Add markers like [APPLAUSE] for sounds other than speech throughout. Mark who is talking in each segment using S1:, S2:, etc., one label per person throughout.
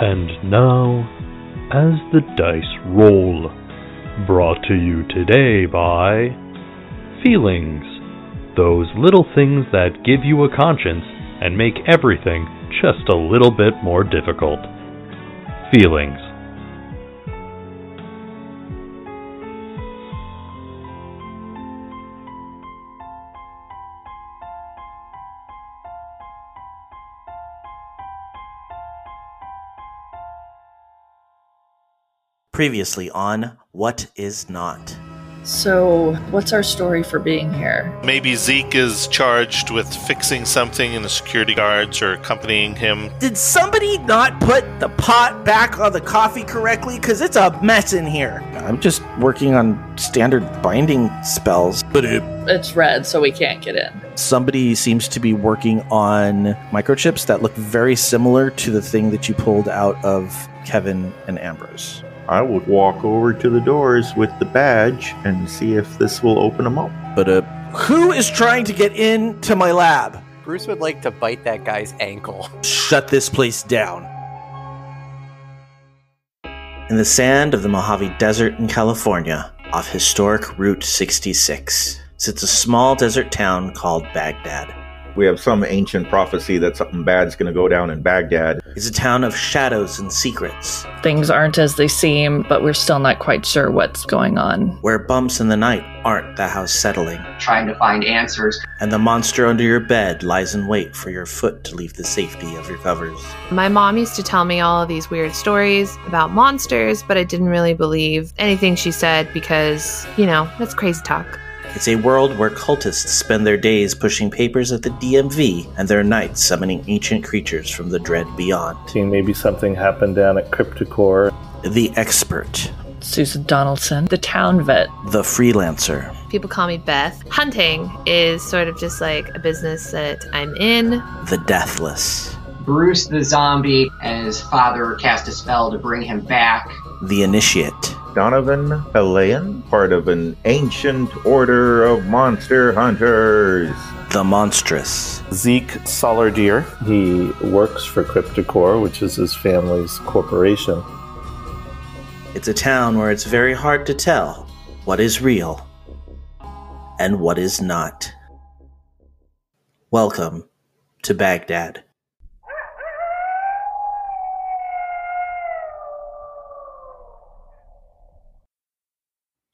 S1: And now, as the dice roll, brought to you today by Feelings, those little things that give you a conscience and make everything just a little bit more difficult. Feelings.
S2: Previously on What Is Not.
S3: So, what's our story for being here?
S4: Maybe Zeke is charged with fixing something and the security guards are accompanying him.
S5: Did somebody not put the pot back on the coffee correctly? Because it's a mess in here.
S2: I'm just working on standard binding spells.
S3: It's red, so we can't get in.
S2: Somebody seems to be working on microchips that look very similar to the thing that you pulled out of Kevin and Ambrose.
S6: I will walk over to the doors with the badge and see if this will open them up.
S2: But uh,
S5: Who is trying to get into my lab?
S7: Bruce would like to bite that guy's ankle.
S2: shut this place down. In the sand of the Mojave Desert in California, off historic Route 66, sits a small desert town called Baghdad.
S6: We have some ancient prophecy that something bad's going to go down in Baghdad.
S2: It's a town of shadows and secrets,
S3: Things aren't as they seem, but we're still not quite sure what's going on.
S2: where bumps in the night aren't the house settling,
S8: trying to find answers.
S2: and the monster under your bed lies in wait for your foot to leave the safety of your covers.
S9: My mom used to tell me all of these weird stories about monsters, but I didn't really believe anything she said because, you know, that's crazy talk.
S2: It's a world where cultists spend their days pushing papers at the DMV and their nights summoning ancient creatures from the dread beyond.
S10: Seeing maybe something happened down at Cryptocore.
S2: The expert,
S3: Susan Donaldson, the town vet.
S2: the freelancer,
S9: People call me Beth. Hunting is sort of just like a business that I'm [LAUGHS] in.
S2: the deathless,
S8: Bruce the zombie and his father cast a spell to bring him back.
S2: the initiate,
S6: Donovan Helayan, part of an ancient order of monster hunters.
S2: the monstrous,
S10: Zeke Solardeer. He works for Cryptocore, which is his family's corporation.
S2: It's a town where it's very hard to tell what is real and what is not. Welcome to Baghdad.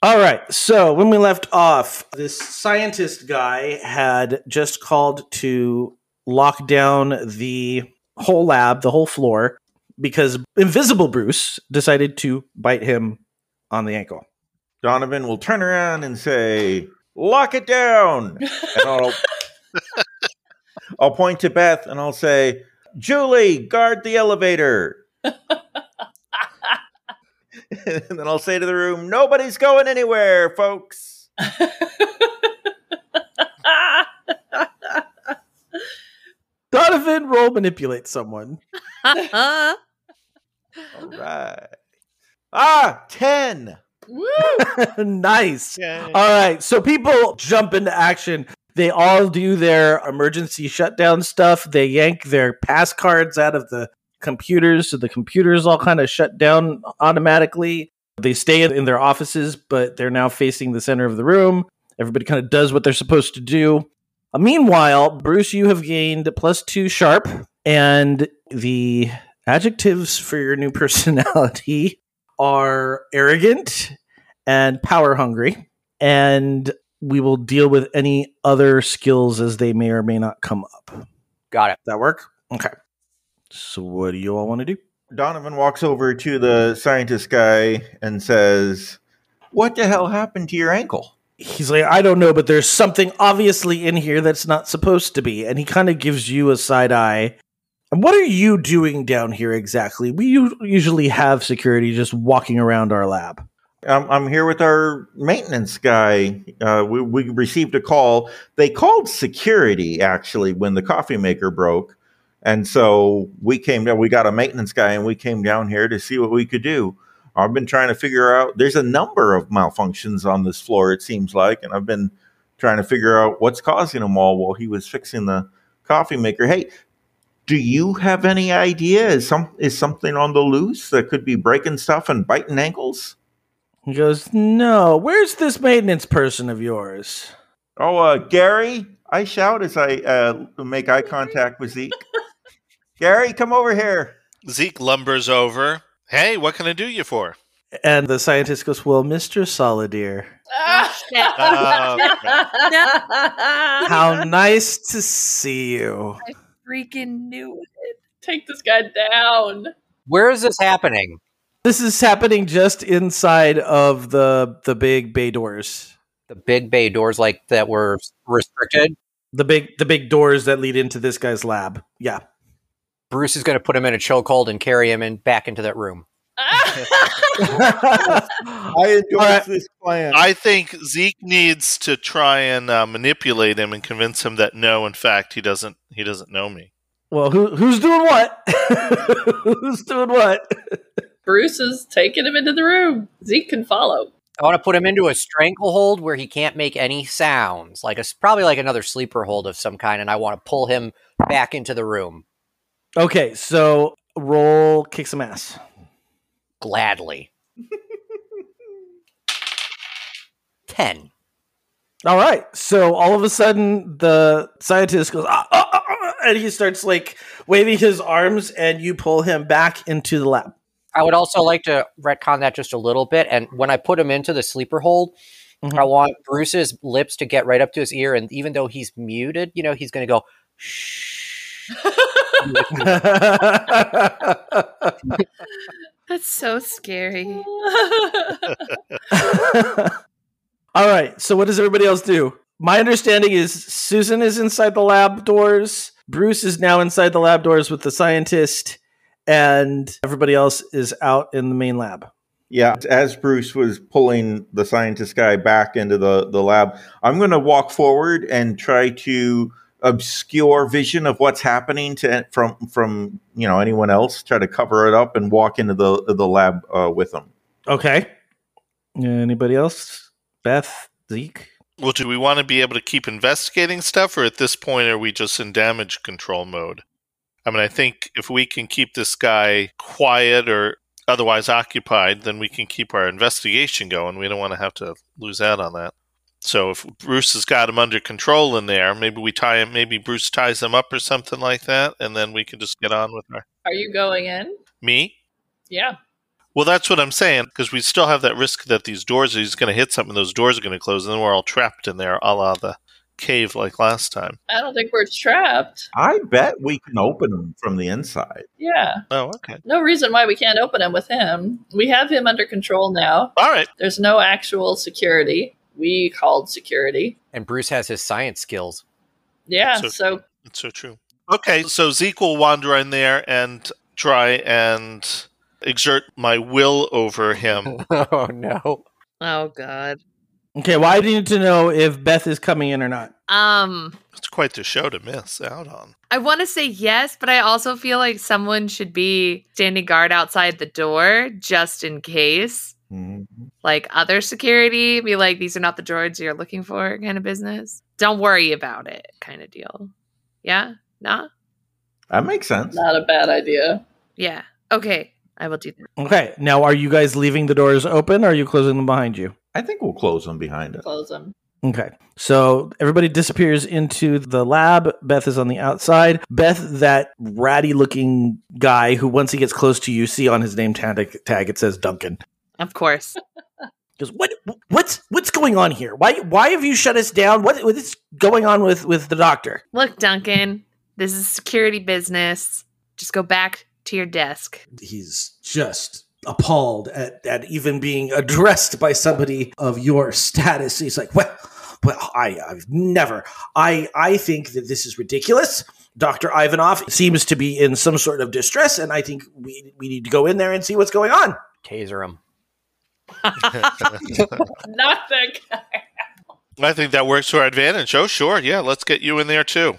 S2: All right, so when we left off, this scientist guy had just called to lock down the whole lab, the whole floor, because Invisible Bruce decided to bite him on the ankle.
S6: Donovan will turn around and say, Lock it down! And I'll, I'll point to Beth and I'll say, Julie, guard the elevator! and then I'll say to the room, Nobody's going anywhere, folks!
S2: Donovan, roll manipulate someone.
S6: All right. Ah, 10!
S3: Woo!
S2: [LAUGHS] nice.
S4: Yay.
S2: All right. So people jump into action. They all do their emergency shutdown stuff. They yank their pass cards out of the computers. So the computers all kind of shut down automatically. They stay in their offices, but they're now facing the center of the room. Everybody kind of does what they're supposed to do. Uh, meanwhile, Bruce, you have gained plus two sharp, and the adjectives for your new [LAUGHS] personality are arrogant and power hungry. And we will deal with any other skills as they may or may not come up.
S7: Got it.
S2: That work? Okay. So what do you all want to do?
S6: Donovan walks over to the scientist guy and says, What the hell happened to your ankle?
S2: He's like, I don't know, but there's something obviously in here that's not supposed to be. And he kind of gives you a side eye. And what are you doing down here exactly? We u- usually have security just walking around our lab.
S6: I'm, I'm here with our maintenance guy. Uh, we, we received a call. They called security actually when the coffee maker broke. And so we came down, we got a maintenance guy and we came down here to see what we could do. I've been trying to figure out, there's a number of malfunctions on this floor, it seems like. And I've been trying to figure out what's causing them all while he was fixing the coffee maker. Hey, Do you have any idea? Is some is something on the loose that could be breaking stuff and biting ankles?
S2: He goes, No, where's this maintenance person of yours?
S6: Oh, uh, Gary! I shout as I uh, make eye contact with Zeke. Gary, come over here.
S4: Zeke lumbers over. Hey, what can I do you for?
S2: And the scientist goes, Well, Mr. Solidier,
S4: Uh,
S2: how nice to see you.
S11: Freaking knew it. Take this guy [LAUGHS] down.
S7: Where is this happening?
S2: This is happening just inside of the the big bay doors.
S7: The big bay doors, like that, were restricted.
S2: The big the big doors that lead into this guy's lab. Yeah.
S7: Bruce is going to put him in a chokehold and carry him in back into that room.
S6: I endorse this plan.
S4: I think Zeke needs to try and uh, manipulate him and convince him that no, in fact, he doesn't. He doesn't know me.
S2: Well, who who's doing what? [LAUGHS] who's doing what?
S11: Bruce is taking him into the room. Zeke can [LAUGHS] follow.
S7: I want to put him into a stranglehold where he can't make any sounds, like a s probably like another sleeper hold of some kind, and I want to pull him back into the room
S2: Okay, so roll kick some ass.
S7: gladly. [LAUGHS] Ten.
S2: All right. So all of a sudden, the scientist goes, ah, ah, ah, ah," and he starts like waving his arms, and you pull him back into the lab. [LAUGHS]
S7: I would also like to retcon that just a little bit. And when I put him into the sleeper hold,
S2: Mhm.
S7: I want Bruce's lips to get right up to his ear. And even though he's muted, you know, he's going to go, shh.
S11: That's so
S2: [LAUGHS]
S11: scary.
S2: all right. So what does everybody else do? My understanding is Susan is inside the lab doors. Bruce is now inside the lab doors with the scientist, and everybody else is out in the main lab.
S6: Yeah, as Bruce was pulling the scientist guy back into the, the lab, I'm going to walk forward and try to obscure vision of what's happening to from from you know anyone else. Try to cover it up and walk into the the lab uh, with them.
S2: Okay. Anybody else? Beth, Zeke.
S4: Well, do we want to be able to keep investigating stuff, or at this point, are we just in damage control mode? I mean, I think if we can keep this guy quiet or otherwise occupied, then we can keep our investigation going. We don't want to have to lose out on that. So if Bruce has got him under control in there, maybe we tie him. Maybe Bruce ties him up or something like that, and then we can just get on with our
S11: Are you going in?
S4: me.
S11: Yeah.
S4: Well, that's what I'm saying because we still have that risk that these doors he's going to hit something, those doors are going to close, and then we're all trapped in there, a la the cave like last time.
S11: I don't think we're trapped.
S6: I bet we can open them from the inside.
S11: Yeah.
S4: Oh, okay.
S11: No reason why we can't open him with him. We have him under control now.
S4: All right.
S11: There's no actual security. We called security.
S7: and Bruce has his science skills. [LAUGHS]
S11: Yeah.
S4: So-
S11: so
S4: It's so true. Okay, so Zeke will wander in there and try and exert my will over [LAUGHS] him.
S7: oh, no.
S11: Oh God.
S2: Okay, well, I need to know if Beth is coming in or not.
S9: Um,
S4: it's quite the show to miss out on.
S9: I want to say yes, but I also feel like someone should be standing guard outside the door just in case.
S6: Mm-hmm.
S9: Like other security, be like, these are not the droids you're looking for, kind of business. Don't worry about it, kind of deal. Yeah? Nah?
S6: That makes sense.
S11: Not a bad idea.
S9: Yeah. Okay. I will do that.
S2: Okay, now are you guys leaving the doors open or are you closing them behind you?
S6: I think we'll close them behind us.
S11: Close him.
S2: Okay, so everybody disappears into the lab. Beth is on the outside. Beth, that ratty looking guy who, once he gets close to you, see on his name tag, tag it says Duncan.
S9: Of course. [LAUGHS]
S2: Goes, what, what's, what's going on here? Why, why have you shut us down? What, what is going on with, with the doctor?
S9: Look, Duncan, this is security business. Just go back to your desk.
S2: he's just appalled at, at even being addressed by somebody of your status. He's like, well, well, I, I've never. I, I think that this is ridiculous. Dr. Ivanov seems to be in some sort of distress, and I think we, we need to go in there and see what's going on. [LAUGHS]
S7: Taser him.
S11: Not that guy.
S4: I think that works to our advantage. Oh, sure. Yeah, let's get you in there too.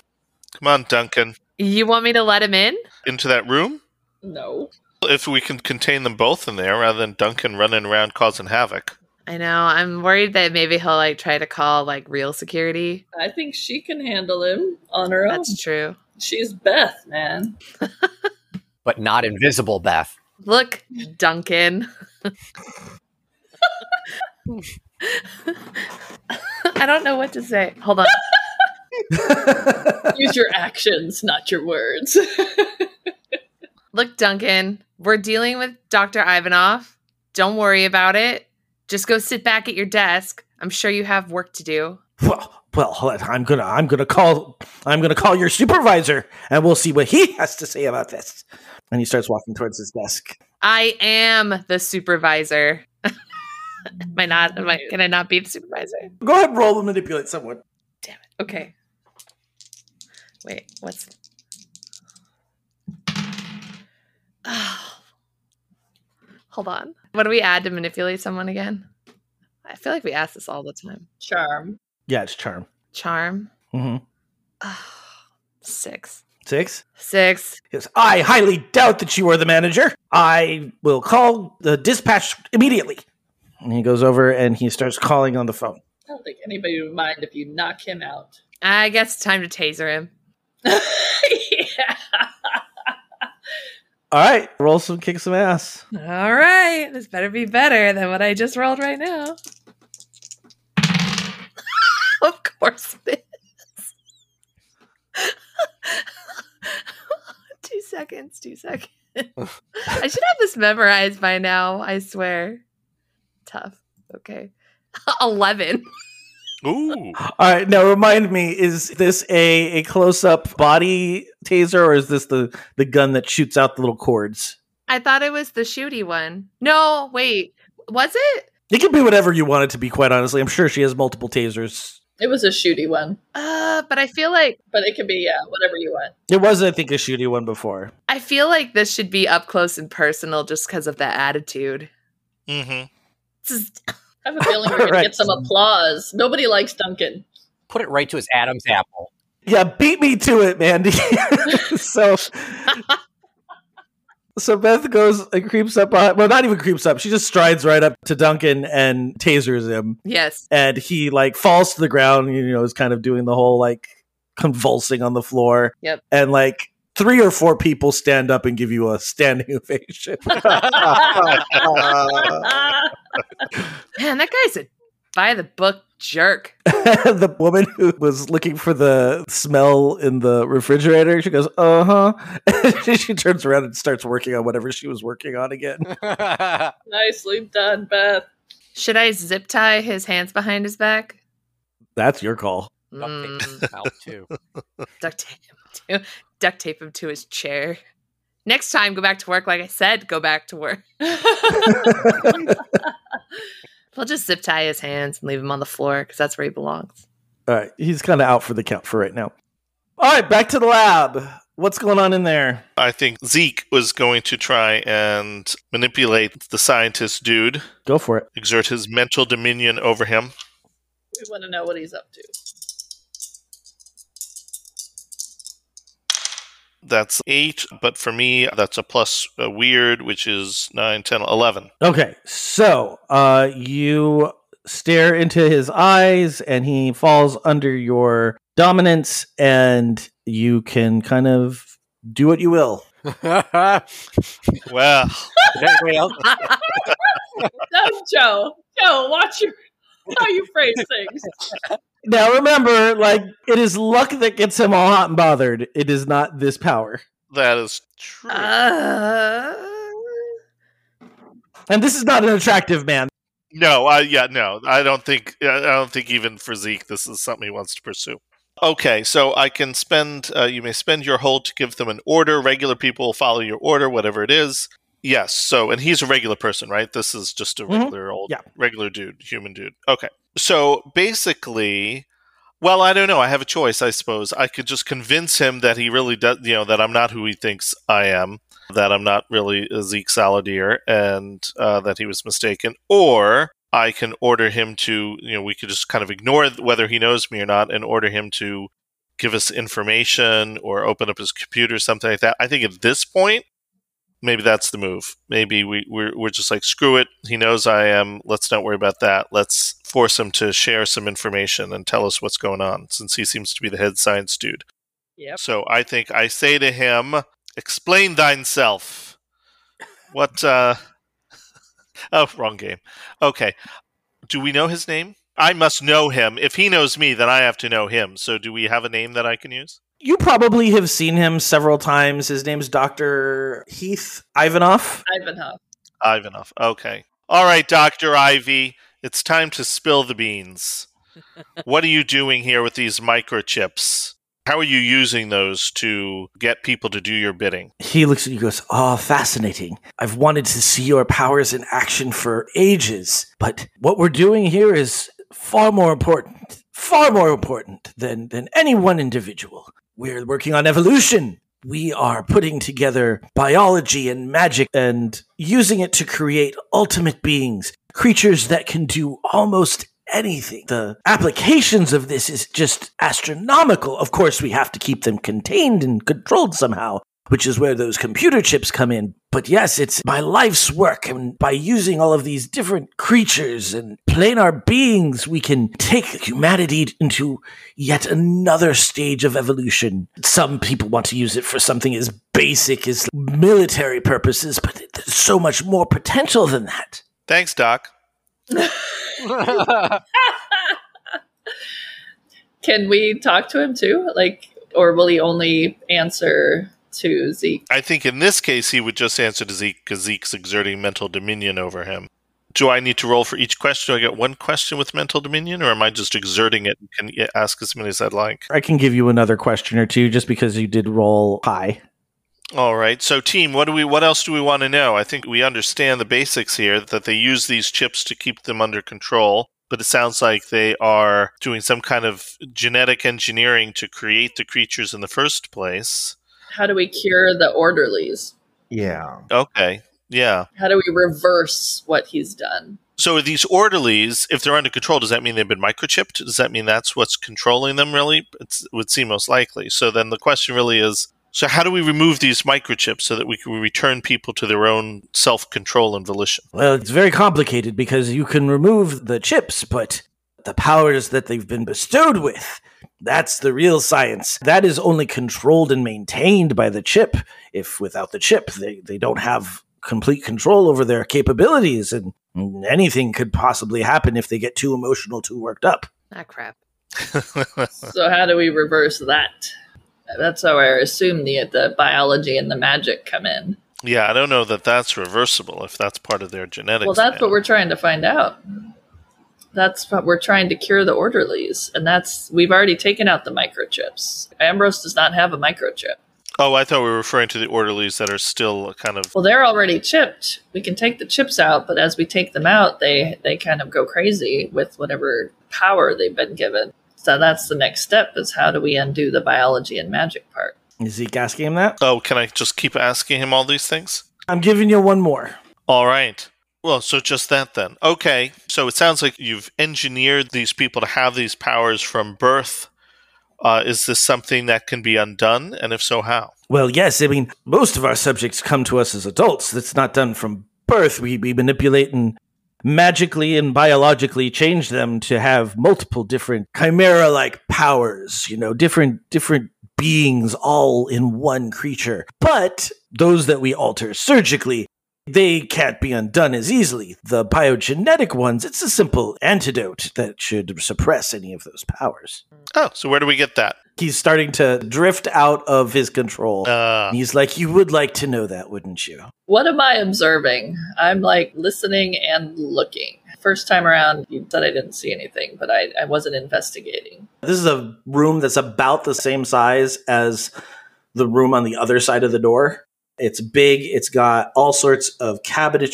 S4: Come on, Duncan.
S9: You want me to let him in?
S4: Into that room?
S11: [LAUGHS] No.
S4: If we can contain them both in there rather than Duncan running around causing havoc.
S9: I know. I'm worried that maybe he'll like try to call like real security.
S11: I think she can handle him on her own.
S9: That's true.
S11: She's Beth, man.
S7: but not invisible Beth.
S9: Look, Duncan. I don't know what to say. Hold on.
S11: Use
S9: [LAUGHS]
S11: your actions, not your words. [LAUGHS]
S9: Look, Duncan, we're dealing with Dr. Ivanov. Don't worry about it. Just go sit back at your desk. I'm sure you have work to do.
S2: Well, well, hold on. I'm gonna, I'm gonna call, I'm gonna call your supervisor, and we'll see what he [LAUGHS] has to say about this. And he starts walking towards his desk.
S9: I am the supervisor. [LAUGHS] am I not? Am I, can I not be the supervisor?
S2: Go ahead, roll and manipulate someone.
S9: Okay. Wait, what's. [SIGHS] Oh. Hold on. What do we add to manipulate someone again? I feel like we ask this all the time.
S11: Charm.
S2: Yeah, it's charm.
S9: Charm. [SIGHS]
S2: Mm-hmm.
S9: Six.
S2: Six.
S9: Six.
S2: He goes, I highly doubt that you are the manager. I will call the dispatch immediately. And he goes over and he starts calling on the phone.
S11: I don't think anybody would mind if you knock him out. [LAUGHS]
S9: I guess it's time to taser him.
S11: yeah.
S2: All right, roll some, kick some ass.
S9: All right. This better be better than what I just rolled right now. [LAUGHS] of course it is. [LAUGHS] two seconds, two seconds. I should have this memorized by now, I swear. Tough. Okay. [LAUGHS] 11.
S4: Ooh.
S2: All right, now remind me: is this a, a close up body taser, or is this the the gun that shoots out the little cords?
S9: I thought it was the shooty one. No, wait. Was it?
S2: It can be whatever you want it to be. Quite honestly, I'm sure she has multiple tasers.
S11: It was a shooty one,
S9: Uh, but I feel like
S11: but it can be yeah, whatever you want.
S2: It was, I think, a shooty one before.
S9: I feel like this should be up close and personal just because of that attitude.
S4: Mm-hmm.
S9: This is
S11: I have a feeling we're gonna
S2: Right.
S11: get some applause. Nobody likes Duncan. [LAUGHS]
S7: Put it right to his Adam's apple. [LAUGHS]
S2: Yeah, beat me to it, Mandy. [LAUGHS] so, so Beth goes and creeps up. Behind, well, not even creeps up. She just strides right up to Duncan and tasers him,
S9: yes.
S2: and he like falls to the ground. You know, is kind of doing the whole like convulsing on the floor.
S9: Yep.
S2: and like three or four people stand up and give you a standing [LAUGHS] ovation.
S9: Man, that guy's a by the book jerk.
S2: the woman who was looking for the smell in the refrigerator, she goes, "Uh huh." she, she turns around [LAUGHS] and starts working on whatever she was working on again.
S11: Nicely done, Beth.
S9: Should I zip tie his hands behind his back?
S2: That's your call.
S7: Duct
S9: Mm,
S7: tape his mouth too.
S9: duct tape him [LAUGHS] to duct tape him to his chair. Next time, go back to work. Like I said, go back to work. [LAUGHS] We'll just zip tie his hands and leave him on the floor because that's where he belongs.
S2: All right, he's kind of out for the count for right now. All right, back to the lab. What's going on in there?
S4: I think Zeke was going to try and manipulate the scientist dude,
S2: Go for it.
S4: exert his mental dominion over him.
S11: We want to know what he's up to.
S4: That's eight, but for me, that's a plus uh weird, which is nine, ten, eleven.
S2: Okay, so uh, you stare into his eyes, and he falls under your dominance, and you can kind of do what you will.
S4: Well,
S7: Anybody else?
S11: No, Joe. Joe, watch your how you phrase things.
S2: Now remember, like it is luck that gets him all hot and bothered. It is not this power,
S4: that is true.
S9: Uh,
S2: and this is not an attractive man.
S4: No, I yeah, no. I don't think I don't think even for Zeke this is something he wants to pursue. Okay, so I can spend uh, you may spend your hold to give them an order. Regular people will follow your order, whatever it is. Yes, so and he's a regular person, right? This is just a
S2: Mhm.
S4: regular old
S2: Yeah.
S4: regular dude, human dude. Okay. So basically well, I don't know. I have a choice, I suppose. I could just convince him that he really does, you know, that I'm not who he thinks I am, that I'm not really a Zeke Saladier and uh, that he was mistaken, or I can order him to, you know, we could just kind of ignore th- whether he knows me or not and order him to give us information or open up his computer, something like that. I think at this point, maybe that's the move. Maybe we, we're, we're just like, screw it. He knows I am. Let's not worry about that. Let's force him to share some information and tell us what's going on since he seems to be the head science dude.
S11: Yep.
S4: So I think I say to him, "Explain thyself." What? uh [LAUGHS] Oh, wrong game. Okay. Do we know his name? I must know him. If he knows me, then I have to know him. So, do we have a name that I can use?
S2: You probably have seen him several times. His name's Dr. Heath Ivanov.
S11: Ivanhoe.
S4: Ivanov. Okay. All right, Dr. Ivy, it's time to spill the beans. what are you doing here with these microchips? How are you using those to get people to do your bidding?
S2: He looks at you and goes, Oh, fascinating. I've wanted to see your powers in action for ages, but what we're doing here is far more important, far more important than, than any one individual. We're working on evolution. We are putting together biology and magic and using it to create ultimate beings, creatures that can do almost anything. The applications of this is just astronomical. Of course, we have to keep them contained and controlled somehow, which is where those computer chips come in. But yes, it's my life's work. And by using all of these different creatures and planar beings, we can take humanity into yet another stage of evolution. Some people want to use it for something as basic as military purposes, but there's so much more potential than that.
S4: Thanks, Doc.
S11: Can we talk to him too? Like, or will he only answer to Zeke?
S4: I think in this case, he would just answer to Zeke because Zeke's exerting mental dominion over him. Do I need to roll for each question? Do I get one question with mental dominion, or am I just exerting it and can y- ask as many as I'd like?
S2: I can give you another question or two just because you did roll high.
S4: All right. So, team, what do we? What else do we want to know? I think we understand the basics here that they use these chips to keep them under control. But it sounds like they are doing some kind of genetic engineering to create the creatures in the first place.
S11: How do we cure the orderlies?
S6: Yeah.
S4: Okay. Yeah.
S11: How do we reverse what he's done?
S4: So, are these orderlies, if they're under control, does that mean they've been microchipped? Does that mean that's what's controlling them, really? It's, it would seem most likely. So, then the question really is so, how do we remove these microchips so that we can return people to their own self control and volition? [LAUGHS]
S2: Well, it's very complicated because you can remove the chips, but the powers that they've been bestowed with, that's the real science. That is only controlled and maintained by the chip. If without the chip, they, they don't have complete control over their capabilities, and anything could possibly happen if they get too emotional, too worked up.
S9: Ah, crap.
S11: So how do we reverse that? That's how I assume the the biology and the magic come in.
S4: yeah, I don't know that that's reversible if that's part of their genetics.
S11: Well, that's
S4: man.
S11: what we're trying to find out. That's what we're trying to cure the orderlies, and that's we've already taken out the microchips. Ambrose does not have a microchip.
S4: Oh, I thought we were referring to the orderlies that are still kind of.
S11: Well, they're already chipped. We can take the chips out, but as we take them out, they they kind of go crazy with whatever power they've been given. So that's the next step: is how do we undo the biology and magic part?
S2: Is Zeke asking him that?
S4: Oh, can I just keep asking him all these things?
S2: I'm giving you one more.
S4: All right. Well, so just that then. Okay. So it sounds like you've engineered these people to have these powers from birth. Uh, is this something that can be undone? And if so, how?
S2: Well, yes. I mean, most of our subjects come to us as adults. That's not done from birth. We, we manipulate and magically and biologically change them to have multiple different chimera-like powers. You know, different different beings all in one creature. But those that we alter surgically, they can't be undone as easily. The biogenetic ones, it's a simple antidote that should suppress any of those powers.
S4: Oh, so where do we get that?
S2: He's starting to drift out of his control.
S4: Uh,
S2: And he's like, You would like to know that, wouldn't you?
S11: What am I observing? I'm like listening and looking. First time around, you said I didn't see anything, but I, I wasn't investigating.
S2: This is a room that's about the same size as the room on the other side of the door. It's big, it's got all sorts of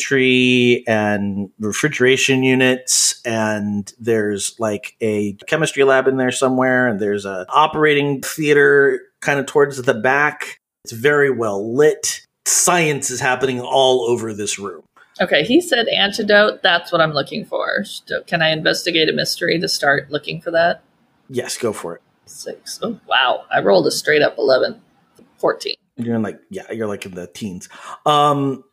S2: cabinetry and refrigeration units, and there's like a chemistry lab in there somewhere, and there's an operating theater kind of towards the back. It's very well lit. Science is happening all over this room.
S11: Okay, he said antidote. That's what I'm looking for. So Can I investigate a mystery to start looking for that?
S2: Yes, go for it.
S11: Six. Oh, wow. I rolled a straight up 11, 14.
S2: You're in like yeah, you're like in the teens. Um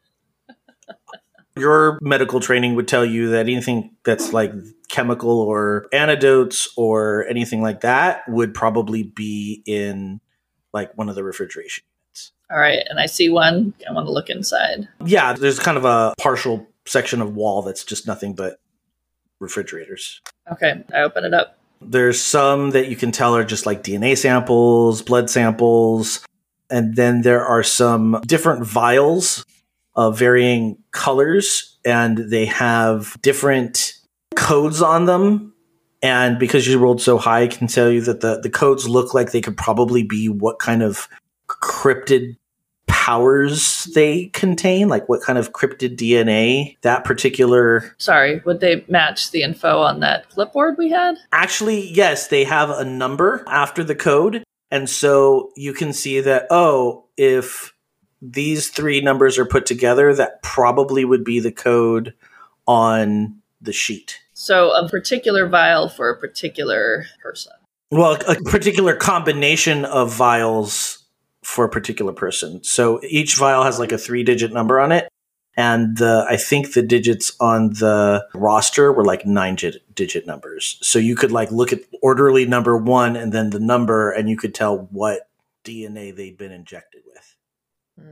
S2: your medical training would tell you that anything that's like chemical or antidotes or anything like that would probably be in like one of the refrigeration.
S11: All right, and I see one. I want to look inside.
S2: Yeah, there's kind of a partial section of wall that's just nothing but refrigerators.
S11: Okay, I open it up.
S2: There's some that you can tell are just like DNA samples, blood samples, and then there are some different vials of varying colors, and they have different codes on them. And because you rolled so high, I can tell you that the, the codes look like they could probably be what kind of cryptid powers they contain, like what kind of cryptid DNA that particular.
S11: Sorry, would they match the info on that clipboard we had?
S2: Actually, yes, they have a number after the code. And so you can see that, oh, if these three numbers are put together, that probably would be the code on the sheet.
S11: So a particular vial for a particular person.
S2: Well, a particular combination of vials for a particular person. So each vial has like a three digit number on it. And the, I think the digits on the roster were like nine digit numbers. So you could like look at orderly number one and then the number, and you could tell what DNA they'd been injected with.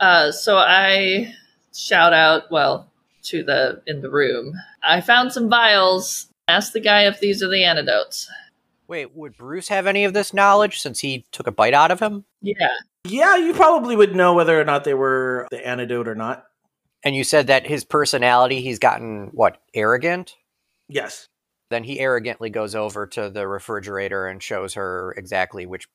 S11: Uh, so I shout out, well, to the in the room. I found some vials. Ask the guy if these are the antidotes.
S7: [LAUGHS] Wait, would Bruce have any of this knowledge since he took a bite out of him?
S11: Yeah.
S2: Yeah, you probably would know whether or not they were the antidote or not.
S7: And you said that his personality, he's gotten what, arrogant?
S2: Yes.
S7: Then he arrogantly goes over to the refrigerator and shows her exactly which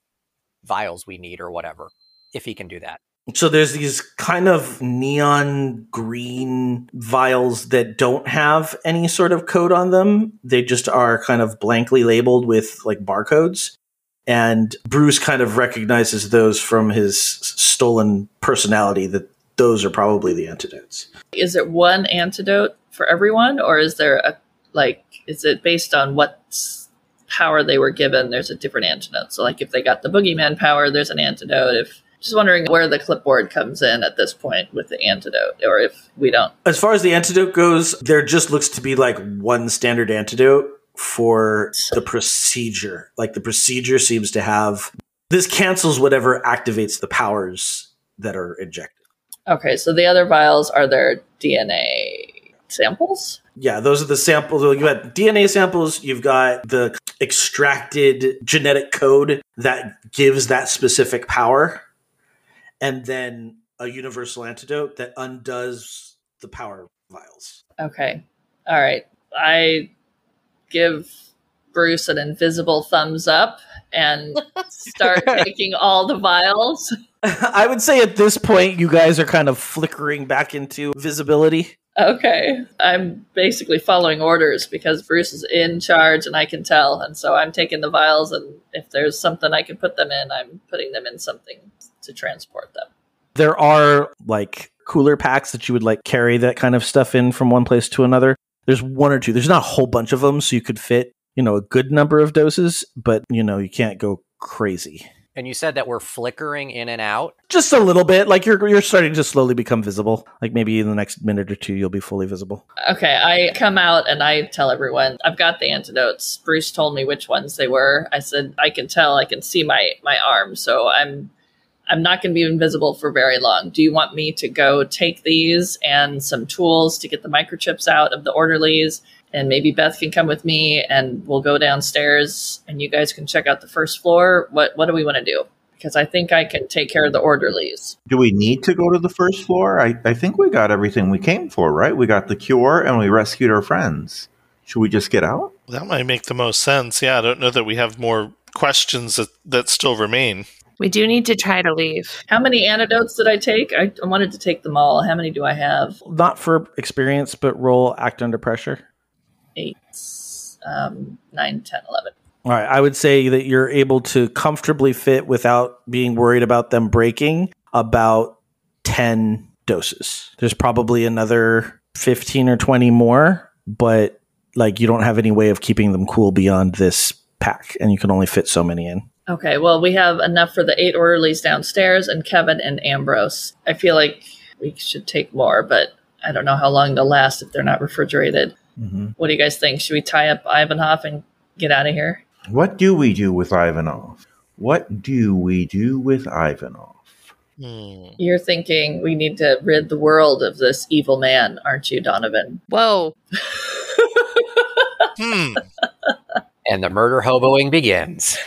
S7: vials we need or whatever, if he can do that.
S2: So there's these kind of neon green vials that don't have any sort of code on them. They just are kind of blankly labeled with like barcodes. And Bruce kind of recognizes those from his stolen personality that those are probably the antidotes.
S11: Is it one antidote for everyone or is there a like is it based on what power they were given there's a different antidote. So like if they got the boogeyman power there's an antidote if just wondering where the clipboard comes in at this point with the antidote, or if we don't.
S2: As far as the antidote goes, there just looks to be like one standard antidote for the procedure. Like the procedure seems to have this cancels whatever activates the powers that are injected.
S11: Okay, so the other vials are their DNA samples?
S2: Yeah, those are the samples. You've got DNA samples, you've got the extracted genetic code that gives that specific power and then a universal antidote that undoes the power vials.
S11: Okay. All right. I give Bruce an invisible thumbs up and start taking all the vials.
S2: [LAUGHS] I would say at this point, you guys are kind of flickering back into visibility.
S11: Okay. I'm basically following orders because Bruce is in charge and I can tell. And so I'm taking the vials, and if there's something I can put them in, I'm putting them in something to transport them.
S2: There are like cooler packs that you would like carry that kind of stuff in from one place to another. There's one or two. There's not a whole bunch of them, so you could fit, you know, a good number of doses, but you know, you can't go crazy.
S7: And you said that we're flickering in and out?
S2: Just a little bit. Like you're you're starting to slowly become visible. Like maybe in the next minute or two you'll be fully visible.
S11: Okay, I come out and I tell everyone, I've got the antidotes. Bruce told me which ones they were. I said, I can tell, I can see my my arm, so I'm I'm not going to be invisible for very long. Do you want me to go take these and some tools to get the microchips out of the orderlies? And maybe Beth can come with me and we'll go downstairs and you guys can check out the first floor. What what do we want to do? Because I think I can take care of the orderlies.
S6: Do we need to go to the first floor? I, I think we got everything we came for, right? We got the cure and we rescued our friends. Should we just get out?
S4: That might make the most sense. Yeah, I don't know that we have more questions that, that still remain.
S9: We do need to try to leave.
S11: How many antidotes did I take? I wanted to take them all. How many do I have?
S2: Not for experience, but roll act under pressure.
S11: Eight, um, nine, ten, eleven.
S2: All right. I would say that you're able to comfortably fit without being worried about them breaking about 10 doses. There's probably another 15 or 20 more, but like you don't have any way of keeping them cool beyond this pack, and you can only fit so many in.
S11: Okay, well, we have enough for the eight orderlies downstairs and Kevin and Ambrose. I feel like we should take more, but I don't know how long they'll last if they're not refrigerated. Mm-hmm. What do you guys think? Should we tie up Ivanhoff and get out of here?
S6: What do we do with Ivanhoff? What do we do with Ivanov?
S4: Hmm.
S11: You're thinking we need to rid the world of this evil man, aren't you, Donovan?
S9: Whoa.
S4: Hmm.
S7: And the murder hoboing begins.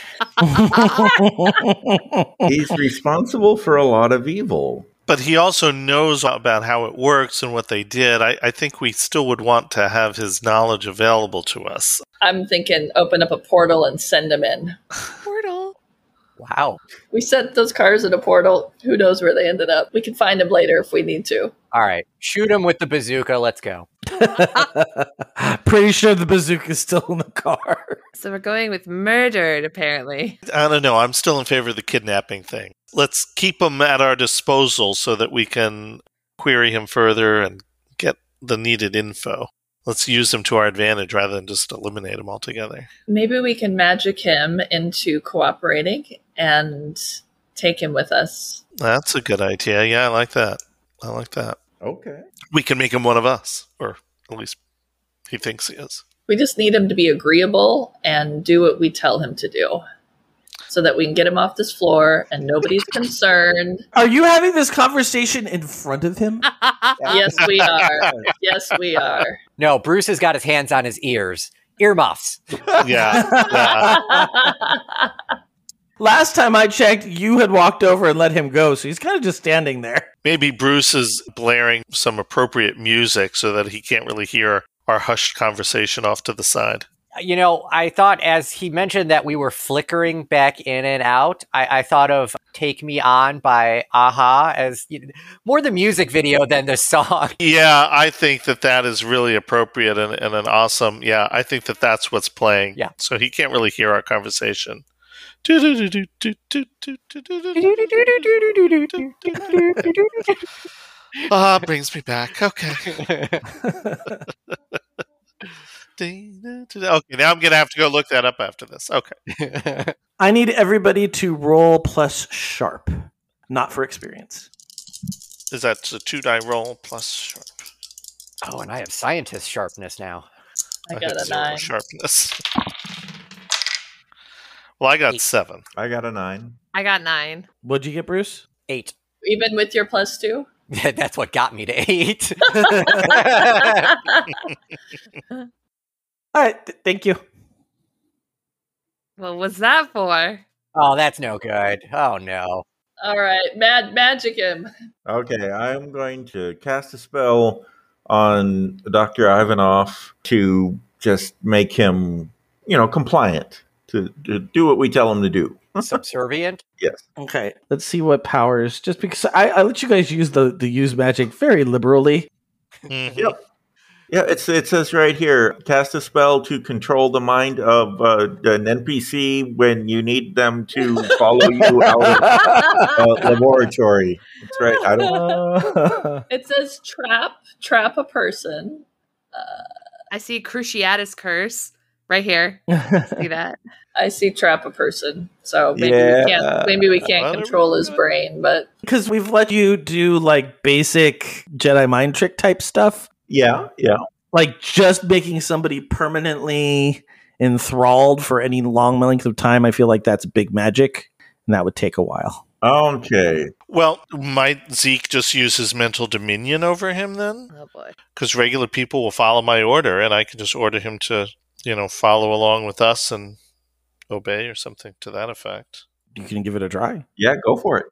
S7: [LAUGHS]
S6: He's responsible for a lot of evil.
S4: But he also knows about how it works and what they did. I, I think we still would want to have his knowledge available to us.
S11: I'm thinking open up a portal and send him in.
S9: Portal.
S7: Wow.
S11: We sent those cars in a portal. Who knows where they ended up? We can find him later if we need to.
S7: All right. Shoot him with the bazooka. Let's go.
S2: [LAUGHS] Pretty sure the bazooka's still in the car.
S9: So we're going with murdered, apparently.
S4: I don't know. I'm still in favor of the kidnapping thing. Let's keep him at our disposal so that we can query him further and get the needed info. Let's use him to our advantage rather than just eliminate him altogether.
S11: Maybe we can magic him into cooperating and take him with us.
S4: That's a good idea. Yeah, I like that. I like that.
S6: Okay.
S4: We can make him one of us, or at least he thinks he is.
S11: We just need him to be agreeable and do what we tell him to do so that we can get him off this floor and nobody's concerned.
S2: Are you having this conversation in front of him?
S11: Yes, we are. Yes, we are.
S7: No, Bruce has got his hands on his ears. Earmuffs.
S4: Yeah.
S2: Last time I checked, you had walked over and let him go, so he's kind of just standing there.
S4: Maybe Bruce is blaring some appropriate music so that he can't really hear our hushed conversation off to the side.
S7: You know, I thought as he mentioned that we were flickering back in and out, I, I thought of Take Me On by Aha as you more the music video than the [LAUGHS] song.
S4: Yeah, I think that that is really appropriate and, and an awesome. Yeah, I think that that's what's playing.
S7: Yeah.
S4: So he can't really hear our conversation. Ah, brings me back. Okay. [LAUGHS] Okay, now I'm gonna have to go look that up after this. Okay.
S11: [LAUGHS]
S2: I need everybody to roll plus sharp, not for experience.
S4: Is that a two die roll plus sharp?
S7: Oh, and I have scientist sharpness now.
S11: I
S4: have
S11: got a
S4: zero
S11: nine.
S4: Sharpness. Well, I got seven.
S6: I got a nine.
S9: I got nine.
S2: What'd you get, Bruce?
S7: Eight. [LAUGHS]
S11: Even with your plus two? [LAUGHS]
S7: That's what got me to eight. [LAUGHS]
S2: All right, th- thank you.
S9: What was that for?
S7: oh, that's no good. Oh no.
S11: All right, mad magic him.
S6: Okay, I'm going to cast a spell on Dr. Ivanov to just make him, you know, compliant, to, to do what we tell him to do.
S7: Subservient. [LAUGHS]
S6: Yes.
S2: Okay, let's see what powers. Just because I, I let you guys use the the use magic very liberally. [LAUGHS]
S4: Mm-hmm.
S6: Yep. Yeah, it's, it says right here cast a spell to control the mind of uh, an NPC when you need them to follow you out of uh, laboratory. That's right. I don't
S11: [LAUGHS] It says trap, trap a person.
S9: I see Cruciatus curse right here. See that?
S11: I see trap a person. So maybe
S6: Yeah.
S11: we can't maybe we
S4: Well,
S11: can't control his brain, but
S2: Because we've let you do like basic Jedi mind trick type stuff,
S6: Yeah, yeah.
S2: like just making somebody permanently enthralled for any long length of time. I feel like that's big magic, and that would take a while.
S6: Okay.
S4: Well, might Zeke just use his mental dominion over him then?
S9: Oh boy.
S4: Because regular people will follow my order, and I can just order him to, you know, follow along with us and obey or something to that effect.
S2: You can give it a try.
S6: Yeah, go for it.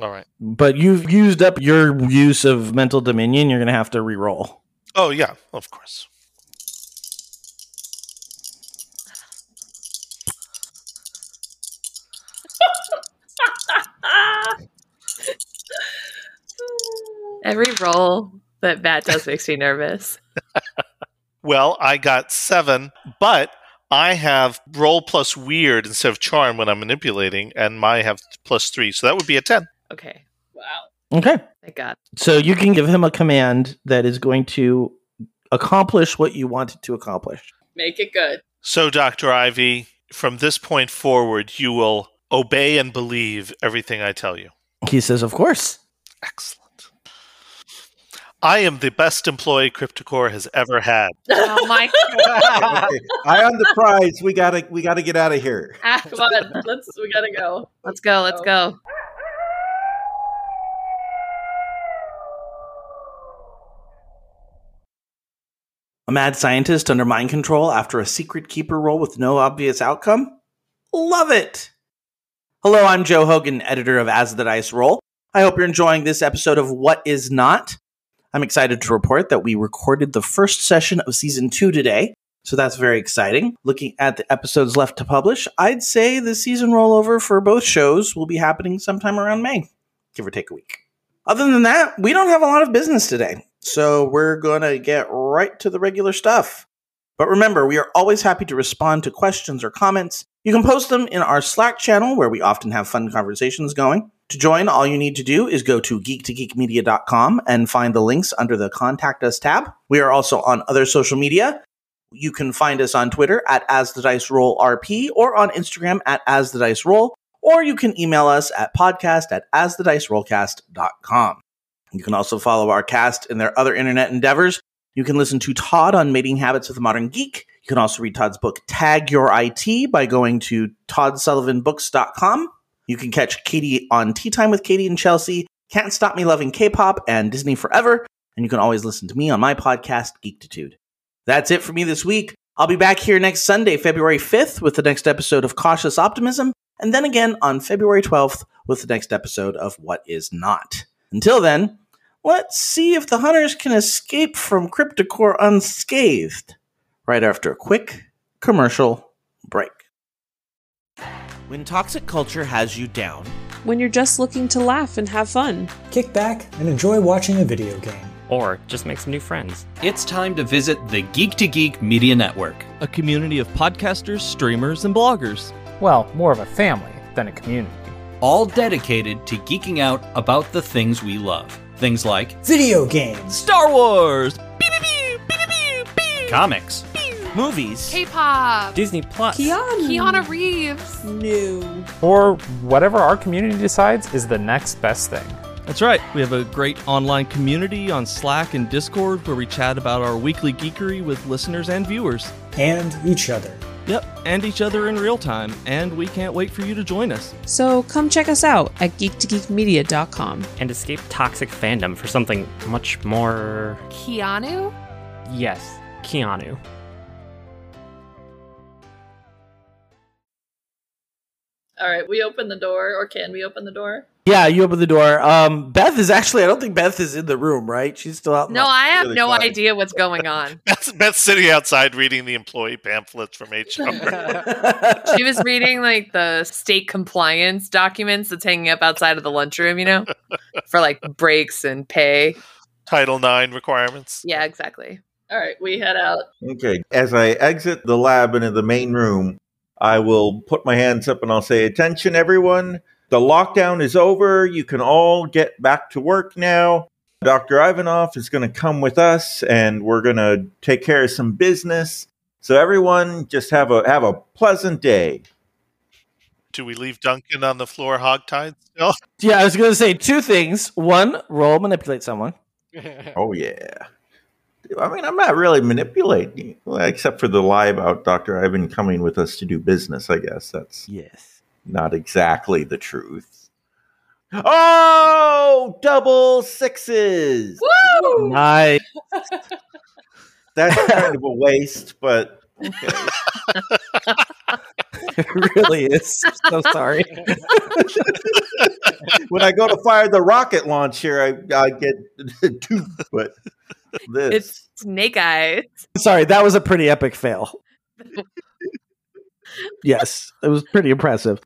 S4: All right.
S2: But you've used up your use of mental dominion. You're gonna have to re-roll.
S4: Oh yeah, of course.
S9: Every roll that Matt does makes me nervous.
S4: Well, I got seven, but I have roll plus weird instead of charm when I'm manipulating, and my have plus three, so that would be a ten.
S9: Okay.
S11: wow.
S2: Okay.
S9: Thank God.
S2: So you can give him a command that is going to accomplish what you want it to accomplish.
S11: Make it good.
S4: So, Doctor Ivy, from this point forward, you will obey and believe everything I tell you.
S2: He says, "Of course."
S4: Excellent. I am the best employee Cryptocore has ever had. [LAUGHS]
S9: Oh [LAUGHS] my
S11: God.
S6: I am the prize. We gotta we gotta get out of here.
S11: Ah, come
S9: [LAUGHS]
S11: on, let's we gotta go.
S9: Let's go. Let's go.
S2: A mad scientist under mind control after a secret keeper role with no obvious outcome? Love it! Hello, I'm Joe Hogan, editor of As the Dice Roll. I hope you're enjoying this episode of What Is Not. I'm excited to report that we recorded the first session of season two today, so that's very exciting. Looking at the episodes left to publish, I'd say the season rollover for both shows will be happening sometime around May, give or take a week. Other than that, we don't have a lot of business today, so we're going to get right to the regular stuff. But remember, we are always happy to respond to questions or comments. You can post them in our Slack channel where we often have fun conversations going. To join, all you need to do is go to geek2geekmedia.com and find the links under the Contact Us tab. We are also on other social media. You can find us on Twitter at As the Dice Roll RP or on Instagram at As the Dice Roll, or you can email us at podcast at As the Dice Rollcast.com. You can also follow our cast in their other internet endeavors. You can listen to Todd on Mating Habits of the Modern Geek. You can also read Todd's book, Tag Your IT, by going to toddsullivanbooks.com. You can catch Katie on Tea Time with Katie and Chelsea, Can't Stop Me Loving K-Pop, and Disney Forever. And you can always listen to me on my podcast, Geekitude. That's it for me this week. I'll be back here next Sunday, February 5th, with the next episode of Cautious Optimism, and then again on February 12th with the next episode of What Is Not. Until then, let's see if the hunters can escape from Cryptocore unscathed right after a quick commercial break. When toxic culture has you down,
S12: when you're just looking to laugh and have fun.
S13: Kick back and enjoy watching a video game.
S14: Or just make some new friends.
S8: It's time to visit the Geek to Geek Media Network,
S15: a community of podcasters, streamers, and bloggers.
S7: Well, more of a family than a community.
S8: All dedicated to geeking out about the things we love. Things like
S13: video games,
S8: Star Wars, beep, beep, beep, comics,
S2: movies,
S9: K-pop,
S8: Disney
S11: Uh,
S8: Plus,
S9: Keanu, Keanu Reeves,
S12: new,
S7: or whatever our community decides is the next best thing.
S15: That's right. We have a
S7: [LAUGHS]
S8: [LAUGHS]
S15: great online community on Slack and Discord where we chat about our weekly geekery with listeners and viewers.
S13: and each other.
S15: Yep, and each other in real time, and we can't wait for you to join us.
S12: So come check us out at geek2geekmedia.com.
S14: And escape toxic fandom for something much more.
S9: Keanu.
S14: Yes, Keanu.
S11: All right, we open the door, or can we open the door?
S16: Yeah, you open the door. Um, Beth is actually, I don't think Beth is in the room, right? She's still out. in
S9: No,
S16: the-
S9: I have
S16: Really
S9: no
S16: fun.
S9: idea what's going on.
S4: Beth's, Beth's sitting outside reading the employee pamphlets from
S9: [LAUGHS]
S4: HR.
S9: she was reading like the state compliance documents that's hanging up outside of the lunchroom,
S11: [LAUGHS]
S9: you know, for like breaks and pay.
S4: Title IX requirements.
S9: Yeah, exactly.
S11: All right, we head out.
S6: Okay. As I exit the lab into the main room, I will put my hands up and I'll say, Attention, everyone. The lockdown is over. You can all get back to work now. Dr. Ivanov is going to come with us and we're going to take care of some business. So everyone just have a have a pleasant day.
S4: Do we leave Duncan on the floor hogtied still? [LAUGHS]
S16: Yeah, I was going to say two things. One, roll manipulate someone.
S6: Oh yeah. I mean, I'm not really manipulating, well, except for the lie about Dr. Ivan coming with us to do business, I guess. That's
S16: yes.
S6: not exactly the truth. Oh, double sixes.
S11: Woo!
S16: Nice. [LAUGHS]
S6: That's kind of a waste, but
S16: it really is. So sorry.
S6: when I go to fire the rocket launcher, I, I get [LAUGHS] two, but this.
S9: It's snake eyes.
S16: Sorry, that was a pretty epic fail. yes, it was pretty impressive.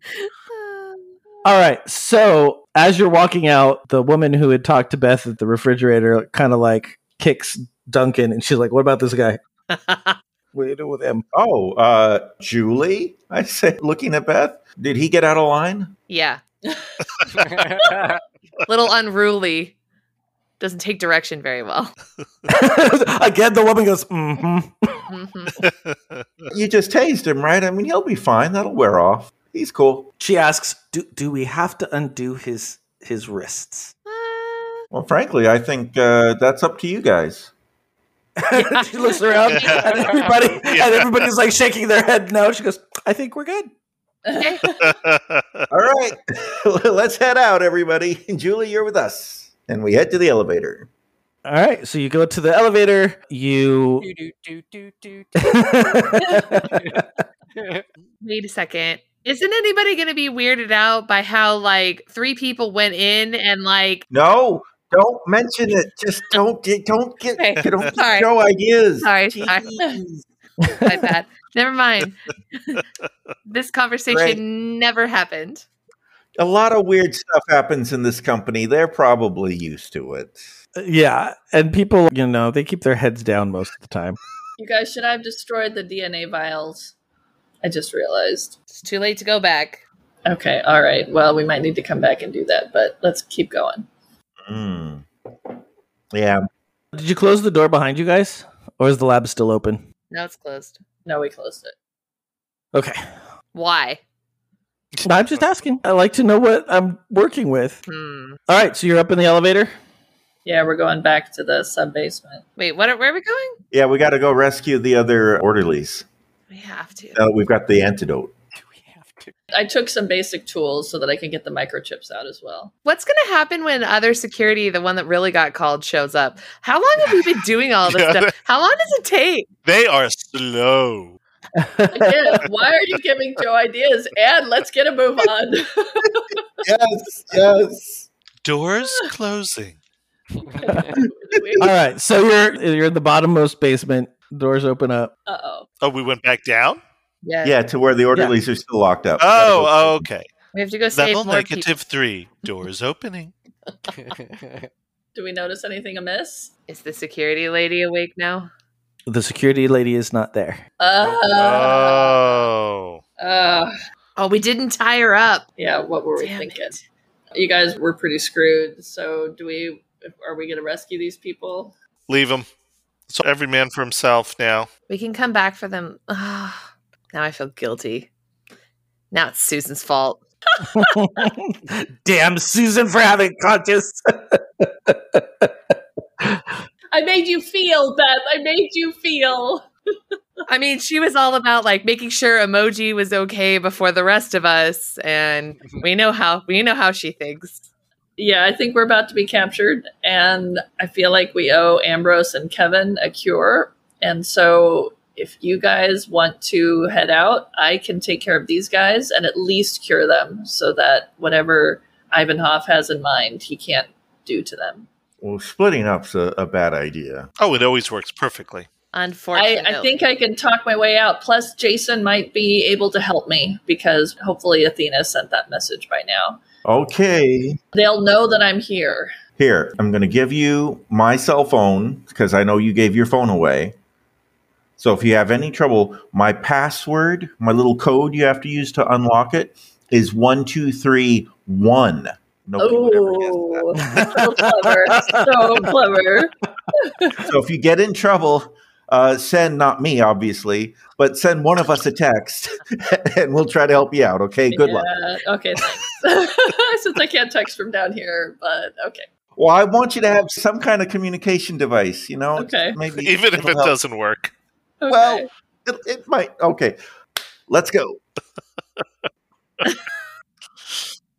S16: All right, so as you're walking out, the woman who had talked to Beth at the refrigerator kind of like kicks Duncan, and she's like, "What about this guy? What do you do with him?" [LAUGHS]
S6: Oh, uh, Julie, I said, looking at Beth, did he get out of line?
S9: Yeah. Little unruly. Doesn't take direction very well.
S16: Again, the woman goes, "Mm-hmm."
S6: You just tased him, right? I mean, he'll be fine. That'll wear off. He's cool.
S16: [LAUGHS]
S2: She asks, "Do do we have to undo his his wrists?"
S6: Well, frankly, I think uh, that's up to you guys.
S2: she looks around at everybody, and everybody's like shaking their head no. She goes, I think we're good.
S6: All [LAUGHS] right, let's head out, everybody. [LAUGHS] Julie, you're with us, and we head to the elevator.
S2: All right, so you go to the elevator. You
S9: Wait a second. Isn't anybody going to be weirded out by how like three people went in and like
S6: No, don't mention it. Just don't get, don't get,
S9: Okay,
S6: don't
S9: sorry.
S6: get no ideas.
S9: Sorry, sorry. [LAUGHS] My bad. Never mind. this conversation
S6: Great.
S9: never happened.
S6: A lot of weird stuff happens in this company. They're probably used to it.
S2: yeah, and people, you know, they keep their heads down most of the time.
S11: You guys should have destroyed the DNA vials. I just realized.
S9: It's too late to go back.
S11: Okay, all right. Well, we might need to come back and do that, but let's keep going.
S6: Mm. Yeah.
S2: Did you close the door behind you guys, or is the lab still open?
S9: No, it's closed.
S11: No, we closed it.
S2: Okay,
S9: Why?
S2: I'm just asking. I like to know what I'm working with.
S9: Hmm.
S2: All right, so you're up in the elevator.
S11: Yeah, we're going back to the sub basement.
S9: Wait, what? Are, where are we going?
S6: Yeah, we got to go rescue the other orderlies.
S9: We have to.
S6: Uh, we've got the antidote.
S11: I took some basic tools so that I can get the microchips out as well.
S9: What's going to happen when other security, the one that really got called, shows up? How long have we been doing all this
S4: Yeah.
S9: stuff? How long does it take?
S4: They are slow.
S11: Again, why are you giving Joe ideas? And let's get a move on. [LAUGHS]
S6: yes, yes.
S9: [SIGHS]
S4: Doors closing.
S2: All right, so you're you're in the bottommost basement. Doors open up.
S11: Uh oh.
S4: Oh, we went back down?
S9: Yeah.
S6: Yeah, to where the orderlies are still locked up.
S4: Oh, oh, okay.
S9: We have to go save
S4: Level
S9: more people.
S4: negative three. Doors
S9: [LAUGHS]
S4: opening.
S11: Do we notice anything amiss?
S9: Is the security lady awake now?
S2: The security lady is not there.
S11: Uh,
S4: Oh.
S11: uh,
S9: Oh, we didn't tie her up.
S11: yeah, what were we
S9: Damn
S11: thinking? You guys were pretty screwed. So, do we, are we going to rescue these people?
S4: Leave them. So every man for himself now.
S9: We can come back for them. [SIGHS] Ah, now I feel guilty. Now it's Susan's fault.
S2: [LAUGHS] Damn Susan for having conscience.
S11: I made you feel, Beth. I made you feel.
S9: I mean, she was all about like making sure emoji was okay before the rest of us, and we know how we know how she thinks.
S11: Yeah, I think we're about to be captured, and I feel like we owe Ambrose and Kevin a cure. And so, if you guys want to head out, I can take care of these guys and at least cure them so that whatever Ivanhoff has in mind, he can't do to them.
S6: Well, splitting up's a, a bad idea.
S4: Oh, it always works perfectly.
S11: I,
S9: Unfortunately,
S11: I think I can talk my way out. Plus, Jason might be able to help me because hopefully Athena sent that message by now.
S6: Okay.
S11: They'll know that I'm here.
S6: Here, I'm going to give you my cell phone because I know you gave your phone away. So if you have any trouble, my password, my little code you have to use to unlock it is 1231. Nobody would ever guess
S11: Oh, [LAUGHS] so clever. So clever.
S6: so if you get in trouble, uh, send not me, obviously, but send one of us a text [LAUGHS] and we'll try to help you out. Okay. Good luck.
S11: Yeah, Okay, thanks. [LAUGHS] Since I can't text from down here, but okay.
S6: Well, I want you to have some kind of communication device, you know?
S11: Okay.
S6: Maybe
S4: Even if
S6: it'll
S4: it
S6: help.
S4: doesn't work.
S11: okay.
S6: Well, it, it might. Okay. Let's go.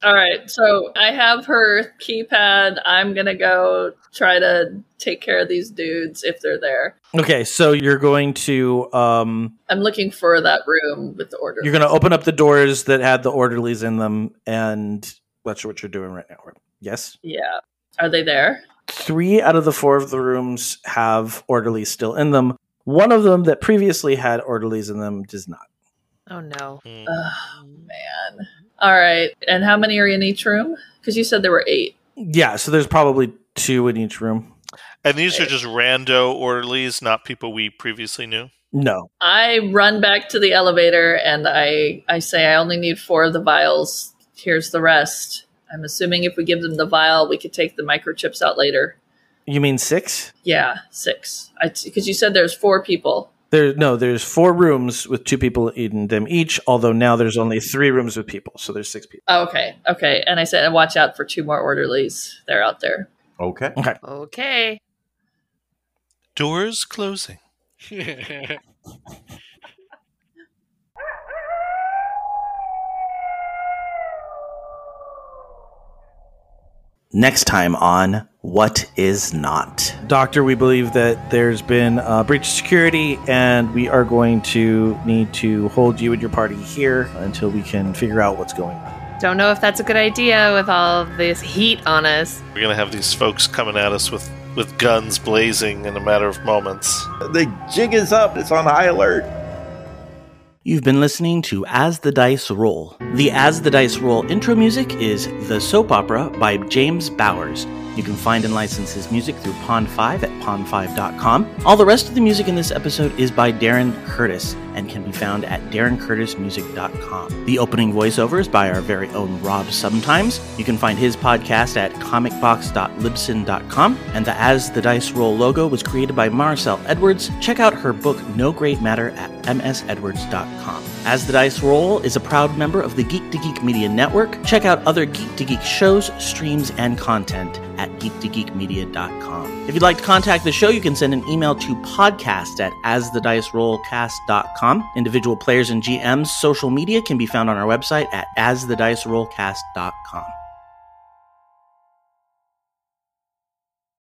S11: All right. So I have her keypad. I'm going to go try to take care of these dudes if they're there.
S2: Okay, so you're going to um
S11: I'm looking for that room with the order.
S2: you're going to open up the doors that had the orderlies in them and that's what you're doing right now. right? Yes.
S11: Yeah. Are they there?
S2: 3 out of the 4 of the rooms have orderlies still in them. One of them that previously had orderlies in them does not.
S9: Oh no.
S11: Oh, man. All right. And how many are in each room? Because you said there were eight.
S2: Yeah, so there's probably two in each room.
S4: And these are just rando orderlies, not people we previously knew.
S2: No.
S11: I run back to the elevator and I I say I only need four of the vials. Here's the rest. I'm assuming if we give them the vial, we could take the microchips out later.
S2: You mean 6?
S11: Yeah, six. Because you said there's four people.
S2: There no, there's four rooms with two people in them each, although now there's only 3 rooms with people, so there's 6 people.
S11: Oh, okay, okay. And I said, and watch out for two more orderlies. They're out there.
S6: Okay.
S2: Okay.
S9: Okay.
S4: Doors closing.
S2: Next time on What Is Not.
S17: Doctor, we believe that there's been a breach of security, and we are going to need to hold you and your party here until we can figure out what's going on.
S9: Don't know if that's a good idea with all this heat on us.
S4: We're gonna have these folks coming at us with with guns blazing in a matter of moments.
S6: The jig is up. It's on high alert.
S2: You've been listening to As the Dice Roll. The As the Dice Roll intro music is The Soap Opera by James Bowers. You can find and license his music through Pond5 at pond5.com. All the rest of the music in this episode is by Darren Curtis and can be found at darrencurtismusic.com. The opening voiceover is by our very own Rob Sometimes. You can find his podcast at comicbox.libsyn.com. And the As the Dice Roll logo was created by Marcel Edwards. Check out her book No Great Matter at msedwards.com. As the Dice Roll is a proud member of the Geek to Geek Media Network. Check out other Geek to Geek shows, streams, and content at geektogeekmedia.com. If you'd like to contact the show, you can send an email to podcast at asthedicerollcast.com. Individual players and GMs' social media can be found on our website at asthedicerollcast.com.